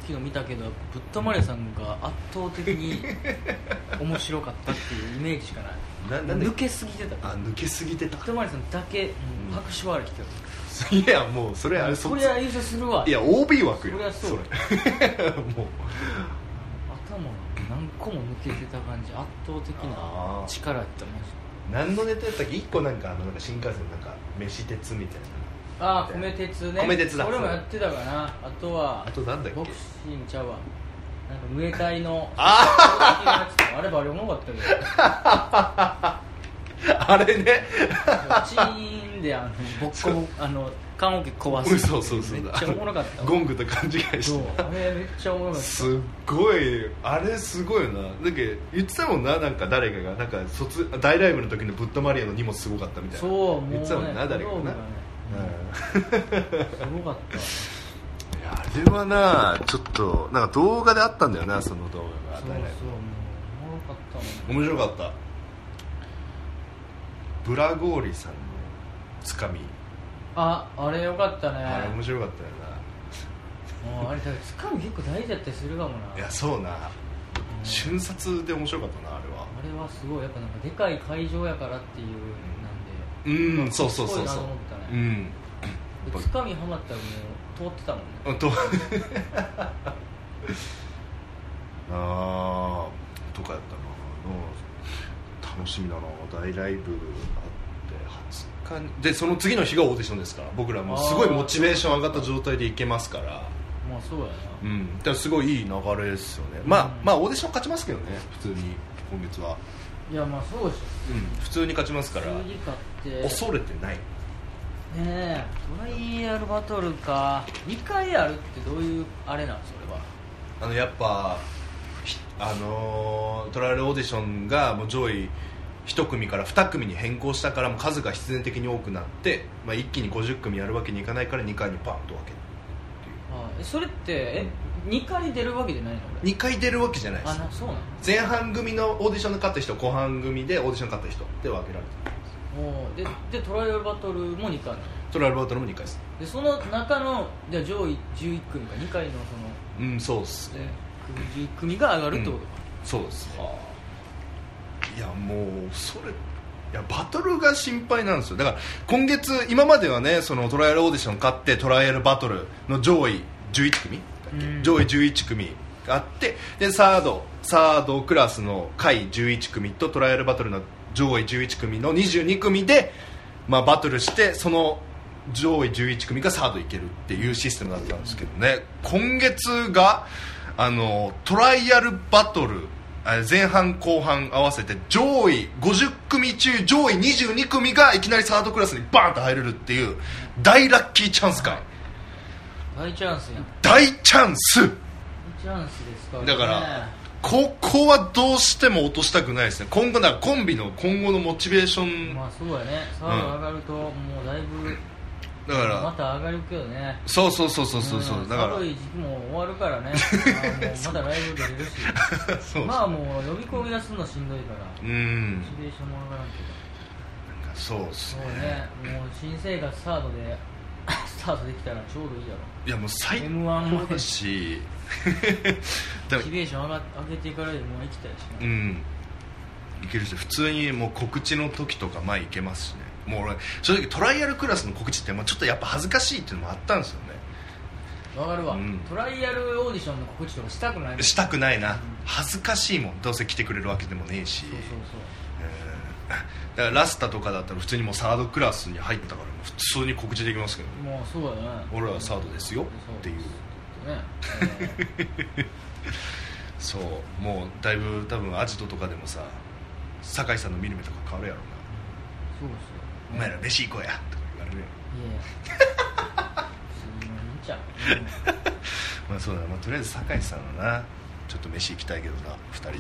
Speaker 2: 昨日見たけどぶっとまりさんが圧倒的に面白かったっていうイメージしかない
Speaker 1: ななんで
Speaker 2: 抜けすぎてたぶ
Speaker 1: あ抜けすぎてた
Speaker 2: っとまりさんだけ
Speaker 1: ん
Speaker 2: 拍手笑い来てる
Speaker 1: いやもうそれあれ
Speaker 2: そ
Speaker 1: そ
Speaker 2: りゃ優勝するわ
Speaker 1: いや OB 枠よ
Speaker 2: そりゃそ
Speaker 1: れ
Speaker 2: う
Speaker 1: もう
Speaker 2: 頭が何個も抜けてた感じ圧倒的
Speaker 1: あー
Speaker 2: な力やったマジで
Speaker 1: 何のネタやったっけ1個なんかあのなんか新幹線のなんか飯鉄みたいな
Speaker 2: ああ米鉄ね
Speaker 1: 米鉄だ
Speaker 2: 俺もやってたかなあとは
Speaker 1: あとなんだっけ
Speaker 2: ボクシングちゃうわなんかムエタイの
Speaker 1: あ
Speaker 2: あればあれ重かったけど
Speaker 1: あれね
Speaker 2: チーンであのボッコボコあの棺桶壊す
Speaker 1: そうそうそう
Speaker 2: めっちゃおもろかった
Speaker 1: ゴングと勘違い
Speaker 2: そう
Speaker 1: して
Speaker 2: あれめっちゃおもろか
Speaker 1: た
Speaker 2: っ
Speaker 1: すっごいあれすごいよなだけど言ってたもんななんか誰かがなんか卒大ライブの時のブッダマリアの荷物すごかったみた
Speaker 2: た
Speaker 1: いな
Speaker 2: そうもうね
Speaker 1: 言ってたもんな誰かが
Speaker 2: グロ
Speaker 1: な
Speaker 2: ーブがね
Speaker 1: うん
Speaker 2: すごかった
Speaker 1: いやあれはなちょっとなんか動画であったんだよなその動画が
Speaker 2: そうそうもうおもろかったもん
Speaker 1: 面白かったブラゴーリさんのつかみ、
Speaker 2: ああれよかったね
Speaker 1: あれ面
Speaker 2: も
Speaker 1: 白かったよ
Speaker 2: うあれだからつかみ結構大事だったりするかもな
Speaker 1: ないやそうな
Speaker 2: うん
Speaker 1: 瞬殺で面白かったなあれは
Speaker 2: あれはすごいやっぱなんかでかい会場やからってい
Speaker 1: う
Speaker 2: うなんで
Speaker 1: んそうそうそう
Speaker 2: す
Speaker 1: そう
Speaker 2: ごいなと思った
Speaker 1: う
Speaker 2: ね
Speaker 1: ん
Speaker 2: でつかみはまったらもう通ってたもんね
Speaker 1: あと あーとかやったなうん楽しみだな大ライブあって20日にでその次の日がオーディションですから僕らもすごいモチベーション上がった状態で行けますから
Speaker 2: まあそうやな
Speaker 1: うん、だからすごいいい流れですよね、まあ
Speaker 2: うん
Speaker 1: まあオーディション勝ちますけどね普通に今月は、
Speaker 2: いやまあそうでしょ
Speaker 1: うん、普通に勝ちますから
Speaker 2: 次買って
Speaker 1: 恐れてない
Speaker 2: ねえトライアルバトルか2回あるってどういうあれなんそれは
Speaker 1: あのやっぱひあのートライアルオーディションがもう上位1組から2組に変更したからもう数が必然的に多くなって、まあ、一気に50組やるわけにいかないから2回にパンと分けるっていう
Speaker 2: はいえそれってえ2回出るわけじゃないの俺
Speaker 1: 2回出るわけじゃないで
Speaker 2: あ
Speaker 1: す
Speaker 2: なそうなの
Speaker 1: 前半組のオーディションで勝った人後半組でオーディションで勝った人で分けられてる
Speaker 2: おーででトライアルバトルも2回
Speaker 1: トライアルバトルも2回です
Speaker 2: でその中のじゃあ上位11組か2回のそ
Speaker 1: うんそうっす
Speaker 2: の、ね、組11組が上がるってことか、
Speaker 1: そうですね
Speaker 2: はあ
Speaker 1: いやもうそれいやバトルが心配なんですよだから今月今まではねそのトライアルオーディション勝ってトライアルバトルの上位11組だっけ
Speaker 2: うん
Speaker 1: 上位11組があってでサードサードクラスの下位11組とトライアルバトルの上位11組の22組で、まあ、バトルしてその上位11組がサードいけるっていうシステムだったんですけどね今月があのトライアルバトルあ前半後半合わせて上位50組中上位22組がいきなりサードクラスにバーンと入れるっていう大ラッキーチャンスか
Speaker 2: 大チャンスやん
Speaker 1: 大チャンス
Speaker 2: 大チャンスですから、ね、
Speaker 1: だからここはどうしても落としたくないですね今後だからコンビの今後のモチベーション
Speaker 2: まあそうやねサード上がるともうだいぶ
Speaker 1: だか
Speaker 2: ま
Speaker 1: ら
Speaker 2: た上がるけどね
Speaker 1: そうそうそうそうそうそうんだから
Speaker 2: 寒い時期も終わる からねあのまだライブ出れるし
Speaker 1: そう
Speaker 2: まあもう呼び込み出すのしんどいから
Speaker 1: うん
Speaker 2: モチベーションも上がらんけど
Speaker 1: そうっす
Speaker 2: そう
Speaker 1: ね
Speaker 2: ねもう新生活サードで スタートできたらちょうどいいやろ
Speaker 1: いやもう最
Speaker 2: M1
Speaker 1: 高
Speaker 2: も
Speaker 1: だしだ
Speaker 2: モ
Speaker 1: か
Speaker 2: チ
Speaker 1: ら
Speaker 2: ベーション上が上げていかれるもう生きたい
Speaker 1: う
Speaker 2: しね
Speaker 1: んいけるし普通にもう告知の時とか前いけますしねもう俺正直トライアルクラスの告知ってまあちょっとやっぱ恥ずかしいっていうのもあったんですよね
Speaker 2: わかるわ、
Speaker 1: うん
Speaker 2: トライアルオーディションの告知とかしたくないもん
Speaker 1: し
Speaker 2: そう
Speaker 1: たくないな恥ずかしいもんどうせ来てくれるわけでもねえし
Speaker 2: そう
Speaker 1: だからラスタとかだったら普通にもうサードクラスに入ったから普通に告知できますけど
Speaker 2: そうもうそうだね
Speaker 1: 俺らはサードですよっていう
Speaker 2: そうですね、えー
Speaker 1: そうもうだいぶ多分アジトとかでもさ酒井さんの見る目とか変わるやろう
Speaker 2: そうですよ、
Speaker 1: な、お前ら飯行こうやとか言われるやん
Speaker 2: いやいや普通の兄ちゃん
Speaker 1: まあそうだな、まあ、とりあえず酒井さんはなちょっと飯行きたいけどな2人で、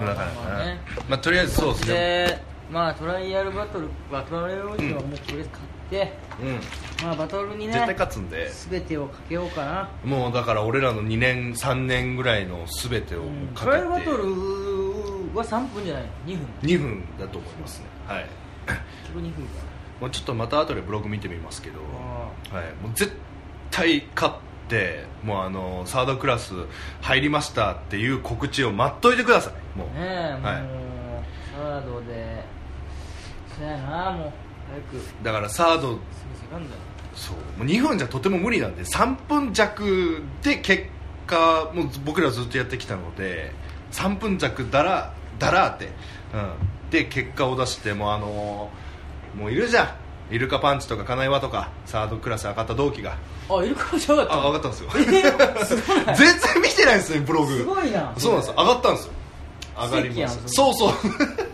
Speaker 1: うん、だからな、まあ
Speaker 2: ね
Speaker 1: とりあえずそうですね
Speaker 2: でまあトライアルバトルはトライアルバトルはもうこれ買って、
Speaker 1: うん
Speaker 2: まあバトルに
Speaker 1: 絶対
Speaker 2: ね
Speaker 1: 勝つんで
Speaker 2: 全てをかけようかな
Speaker 1: もうだから俺らの2年3年ぐらいの全てを
Speaker 2: うん
Speaker 1: か
Speaker 2: トライアルバ
Speaker 1: けて
Speaker 2: トルは3分じゃないの2分
Speaker 1: 2分だと思いますねはい
Speaker 2: 結局2分か
Speaker 1: もうちょっとまた後でブログ見てみますけど、
Speaker 2: あ
Speaker 1: はい、もう絶対勝ってもうあのサードクラス入りましたっていう告知を待っといてくださいもう、
Speaker 2: ねえもう、
Speaker 1: はい
Speaker 2: サードでそうやなもう早くす
Speaker 1: だからサード
Speaker 2: ぐセカンドや
Speaker 1: そうもう2分じゃとても無理なんで3分弱で結果もう僕らずっとやってきたので3分弱だらだらって、うん、で結果を出してもうあのーもういるじゃんイルカパンチとか金岩とかサードクラス上がった同期が
Speaker 2: あイルカじゃな
Speaker 1: あ上
Speaker 2: かっ
Speaker 1: がったんで すよ
Speaker 2: たえすごい
Speaker 1: 全然見てないですねブログ
Speaker 2: すごいな
Speaker 1: そうなんです上がったんですよ上がり
Speaker 2: 奇跡
Speaker 1: ま
Speaker 2: やん
Speaker 1: す
Speaker 2: そ
Speaker 1: そうそう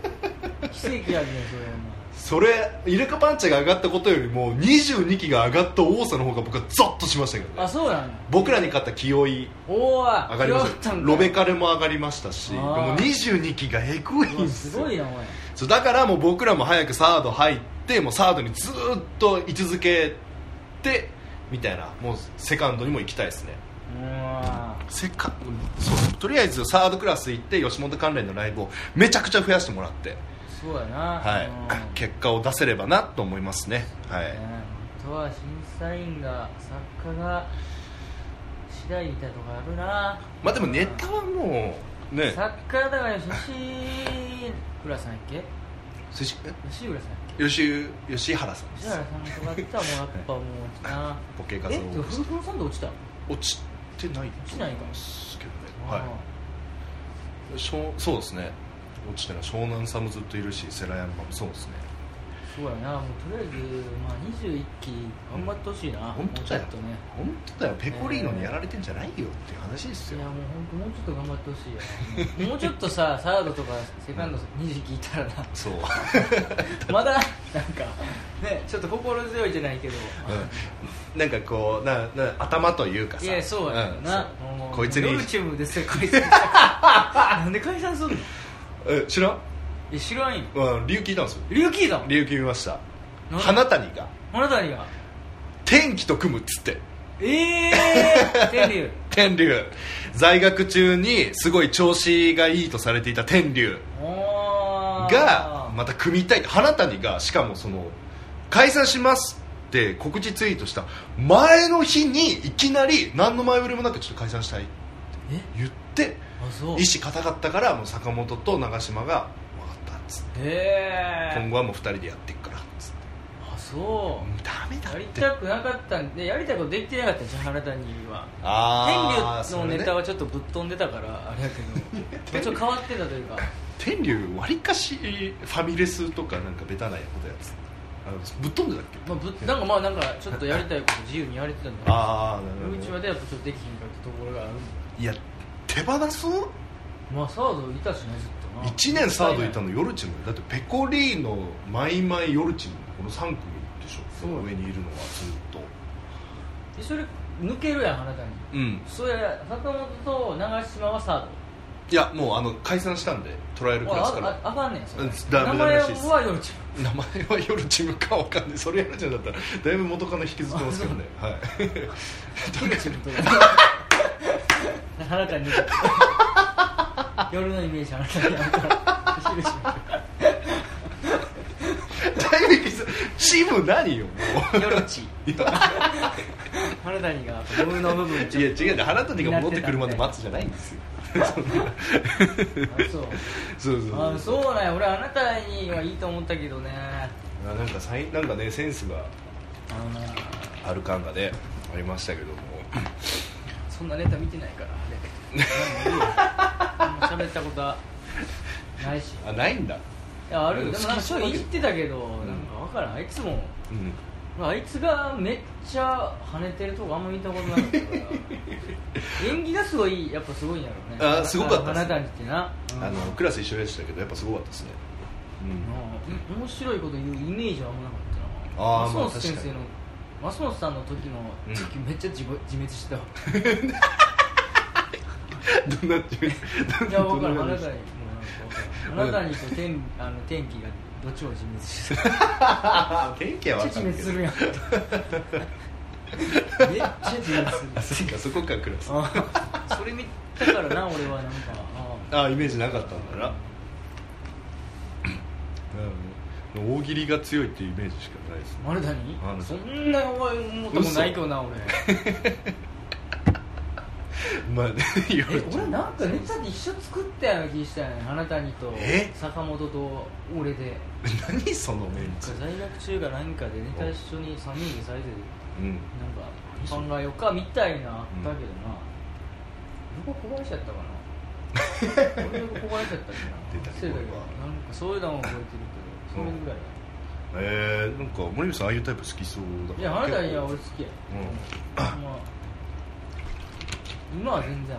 Speaker 2: 奇跡やねそれも
Speaker 1: それイルカパンチが上がったことよりも22期が上がった多さの方が僕はゾッとしましたけど
Speaker 2: あ
Speaker 1: ね
Speaker 2: そうなんや
Speaker 1: 僕らに勝った清居
Speaker 2: おー
Speaker 1: 上がりま
Speaker 2: 広がっ
Speaker 1: したた
Speaker 2: んか
Speaker 1: ロベカルも上がりましたし
Speaker 2: あ
Speaker 1: で
Speaker 2: ー
Speaker 1: も22期がエグい
Speaker 2: うんわ
Speaker 1: です
Speaker 2: す
Speaker 1: よ
Speaker 2: ごいなおい
Speaker 1: そうだからもう僕らも早くサード入ってもうサードにずーっと居続けてみたいなもうセカンドにも行きたいですね
Speaker 2: うわ
Speaker 1: せっかそうとりあえずサードクラス行って吉本関連のライブをめちゃくちゃ増やしてもらって、
Speaker 2: そうやな
Speaker 1: は
Speaker 2: うん
Speaker 1: い、結果を出せればなと思いますね、は
Speaker 2: ね
Speaker 1: い、
Speaker 2: あとは審査員が作家が次第みたいなとこあるな
Speaker 1: まあでもネタはもうね
Speaker 2: 作家だから吉浦さんやっけ
Speaker 1: 寿司
Speaker 2: 吉浦さんやっけ
Speaker 1: え吉吉原さんで
Speaker 2: 吉
Speaker 1: す
Speaker 2: 原さんとかってたらもうやっぱもうな
Speaker 1: ボケ
Speaker 2: え
Speaker 1: 数
Speaker 2: っ
Speaker 1: を
Speaker 2: フルフルさんと落ちた
Speaker 1: 落ちてない
Speaker 2: 落ちないか
Speaker 1: ですけどね
Speaker 2: あ
Speaker 1: はいしょうそうですね落ちてない湘南さんもずっといるし世良山もそうですね
Speaker 2: ーそうやなもうとりあえず、まあ、21期頑張ってほしいな、もう
Speaker 1: 本当
Speaker 2: ち
Speaker 1: だ
Speaker 2: ょっ
Speaker 1: よ
Speaker 2: とね
Speaker 1: 本当だよペコリーノにやられてんじゃないよっていう話です
Speaker 2: い
Speaker 1: よ
Speaker 2: やもう本当もうちょっと頑張ってほしいよもうちょっとさサードとかセカンド20聞いた らな
Speaker 1: そう
Speaker 2: まだなんかねちょっと心強いじゃないけど、
Speaker 1: うんなんかこうなな頭というかさ
Speaker 2: いやそうや
Speaker 1: ん
Speaker 2: な、
Speaker 1: そう
Speaker 2: もう
Speaker 1: こいつに
Speaker 2: YouTube ですよこ いつなんで解散すんの
Speaker 1: え知らん、
Speaker 2: え知らんよ
Speaker 1: うん、理由聞いたんですよ
Speaker 2: 理由聞いたの
Speaker 1: 理由聞きました
Speaker 2: なん
Speaker 1: 花谷が
Speaker 2: あなたには
Speaker 1: 天気と組むっつって
Speaker 2: ええー、天竜
Speaker 1: 天竜在学中にすごい調子がいいとされていた天竜
Speaker 2: おー
Speaker 1: がまた組みたい花谷がしかもその解散しますって告知ツイートした前の日にいきなり何の前触れもなくちょっと解散したいって
Speaker 2: え
Speaker 1: 言って
Speaker 2: あそう
Speaker 1: 意思固かったからもう坂本と長嶋が「分かった」っつって「
Speaker 2: ええ
Speaker 1: 今後はもう2人でやっていくから」っつって
Speaker 2: あそ
Speaker 1: 「ダメだ」
Speaker 2: うや
Speaker 1: っ
Speaker 2: り
Speaker 1: て
Speaker 2: たくなかったんでやりたいことできてなかったんじゃん原谷は
Speaker 1: あー
Speaker 2: 天竜のネタ
Speaker 1: それね
Speaker 2: はちょっとぶっ飛んでたからあれやけどちょっと変わってたというか
Speaker 1: 天竜わりかしファミレスとかなんかベタなことやつあのぶっ飛んでたっけ
Speaker 2: まあ、ぶっなんかまあなんかちょっとやりたいこと自由にやれてたんだけど
Speaker 1: ああな
Speaker 2: う
Speaker 1: る
Speaker 2: ち
Speaker 1: ほ
Speaker 2: ま
Speaker 1: ど
Speaker 2: でやっぱちょっとできひんかったところがあるんだ
Speaker 1: いや手放そう
Speaker 2: まあサードいたしねずっとな
Speaker 1: 1年サードいた
Speaker 2: の
Speaker 1: の夜チームだってペコリーノマイマイ夜チームこの3組でしょ
Speaker 2: そう
Speaker 1: 上にいるのはずっと
Speaker 2: それ抜けるやんあなたに
Speaker 1: うん
Speaker 2: それ坂本と長嶋はサー
Speaker 1: いやもうあの解散したんでトライアル
Speaker 2: ド
Speaker 1: ク
Speaker 2: おい
Speaker 1: ラスか
Speaker 2: あ
Speaker 1: ら
Speaker 2: ああかんねんそれ
Speaker 1: うんダメ
Speaker 2: 名前
Speaker 1: らしいっす
Speaker 2: はよりち
Speaker 1: 名前は夜チームかわかんないそれやるじゃんだったらだいぶ元カノ引きずってますけどねはい
Speaker 2: ゃんよりちゃんとあなたに夜のイメージあなたにあなたに
Speaker 1: だいぶ引きずチーム何よも
Speaker 2: 夜ち
Speaker 1: ういや
Speaker 2: あなたにがゴムの部分ち
Speaker 1: いや
Speaker 2: ょっ
Speaker 1: 違うんだ原谷が戻ってくるまで待つじゃないんですよ
Speaker 2: とあそ
Speaker 1: そ
Speaker 2: う
Speaker 1: うそうそう
Speaker 2: あそうなんや俺あなたにはいいと思ったけどね
Speaker 1: あなんかサインなんかねセンスが
Speaker 2: あの
Speaker 1: ある感がねありましたけども
Speaker 2: そんなネタ見てないからあれもう喋ったことはないし
Speaker 1: あないんだ
Speaker 2: いやある
Speaker 1: うん
Speaker 2: でもなんかちょっといじってたけどなんか分からんあいつも
Speaker 1: うん
Speaker 2: あいつがめっちゃ跳ねてるとこあんま見たことなかったから演技がすごいやっぱすごいんやろうね
Speaker 1: あすごかったっす
Speaker 2: あなたにってな、うん
Speaker 1: あのクラス一緒でしたけどやっぱすごかったですね、うん、
Speaker 2: うん面白いこと言うイメージはあんまなかったな
Speaker 1: あー
Speaker 2: 松
Speaker 1: まあ
Speaker 2: 本先生の松本さんの時の
Speaker 1: うん
Speaker 2: 時めっちゃ自,、自滅してたわ
Speaker 1: どんな自分
Speaker 2: いや分からん
Speaker 1: ど
Speaker 2: あ
Speaker 1: んな自分
Speaker 2: なたにもうなんか分からんあなたにと天あの天気がどっちも自滅してた
Speaker 1: あ天気は
Speaker 2: めっ
Speaker 1: 分か
Speaker 2: ちゃ
Speaker 1: んない
Speaker 2: 自滅
Speaker 1: け
Speaker 2: す
Speaker 1: ど
Speaker 2: るやんめっちゃ自
Speaker 1: あ
Speaker 2: 滅す
Speaker 1: そっ
Speaker 2: る
Speaker 1: かそこかクラス
Speaker 2: あそれ見たからな俺はなんかあ
Speaker 1: あイメージなかったんだなうん大喜利が強いっていうイメージしかないですね
Speaker 2: 丸谷
Speaker 1: あの
Speaker 2: そんな思いともないけどな俺
Speaker 1: まあね 言われ
Speaker 2: え
Speaker 1: ちゃう
Speaker 2: 俺なんかネタで一緒作ったような気したよねあなたにと
Speaker 1: え
Speaker 2: 坂本と俺で
Speaker 1: 何そのメン
Speaker 2: なん
Speaker 1: ツ
Speaker 2: か在学中か何かでネタ一緒に3人でされて
Speaker 1: うん
Speaker 2: なんか考えようかみたいなあったけどな、僕は小林やっ たかな俺が小林やったっ
Speaker 1: 出
Speaker 2: けな
Speaker 1: た
Speaker 2: 失礼
Speaker 1: 小林
Speaker 2: だけどなんかそういうのも覚えてるけどそれぐらい
Speaker 1: えー、なんか森口さんああいうタイプ好きそうだ
Speaker 2: いやあなたには俺好
Speaker 1: 結
Speaker 2: きや、
Speaker 1: 構
Speaker 2: ほんま今は全然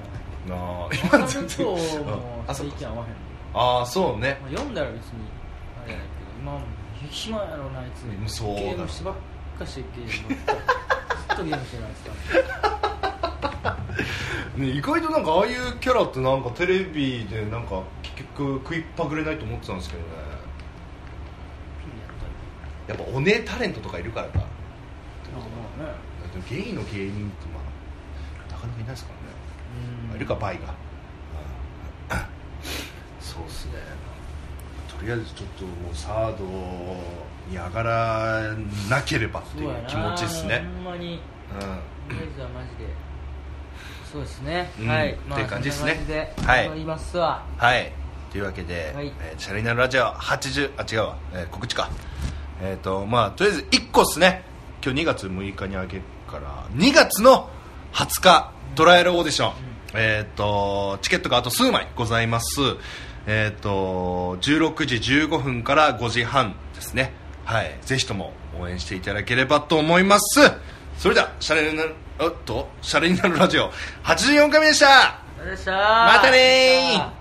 Speaker 2: 合
Speaker 1: うんな
Speaker 2: わ
Speaker 1: あ
Speaker 2: へん
Speaker 1: 今
Speaker 2: 渡
Speaker 1: 全
Speaker 2: 辺と
Speaker 1: 然
Speaker 2: も
Speaker 1: あそっか
Speaker 2: 最近合わへん
Speaker 1: ああそうね
Speaker 2: まあ、読んだら別にあれやないけど今はもう暇やろなあいつ
Speaker 1: うんそうだ
Speaker 2: ゲームしばっかしてゲームばっかずっとゲームしてるあいつか
Speaker 1: ね、意外となんかああいうキャラってなんかテレビでなんか結局食いっぱぐれないと思ってたんですけどねやっぱお姉タレントとかいるからなだ
Speaker 2: まあね
Speaker 1: ってゲイの芸人ってまあなかなかいないですからね、まあいるかバイが、そうっすねとりあえずちょっともうサードに上がらなければってい
Speaker 2: そうや
Speaker 1: う
Speaker 2: な
Speaker 1: 気持ちですね
Speaker 2: ほんまに
Speaker 1: うん
Speaker 2: とりあえずはマジでそうですね、
Speaker 1: うん
Speaker 2: はい、
Speaker 1: っていう感じですね
Speaker 2: そんな感じで
Speaker 1: はい
Speaker 2: 頑張りますわ
Speaker 1: はいというわけで、
Speaker 2: はい
Speaker 1: えーシャレになるラジオ80あ違うわ、えー告知かえっ、とまあとりあえず1個っすね今日2月6日にあげるから2月の20日トライアルオーディション、えっ、とチケットがあと数枚ございますえっ、と16時15分から5時半ですねはいぜひとも応援していただければと思いますそれではシャレになるおっとシャレになるラジオ84回目でした
Speaker 2: ありがとうございました
Speaker 1: またねー
Speaker 2: ありがとうございました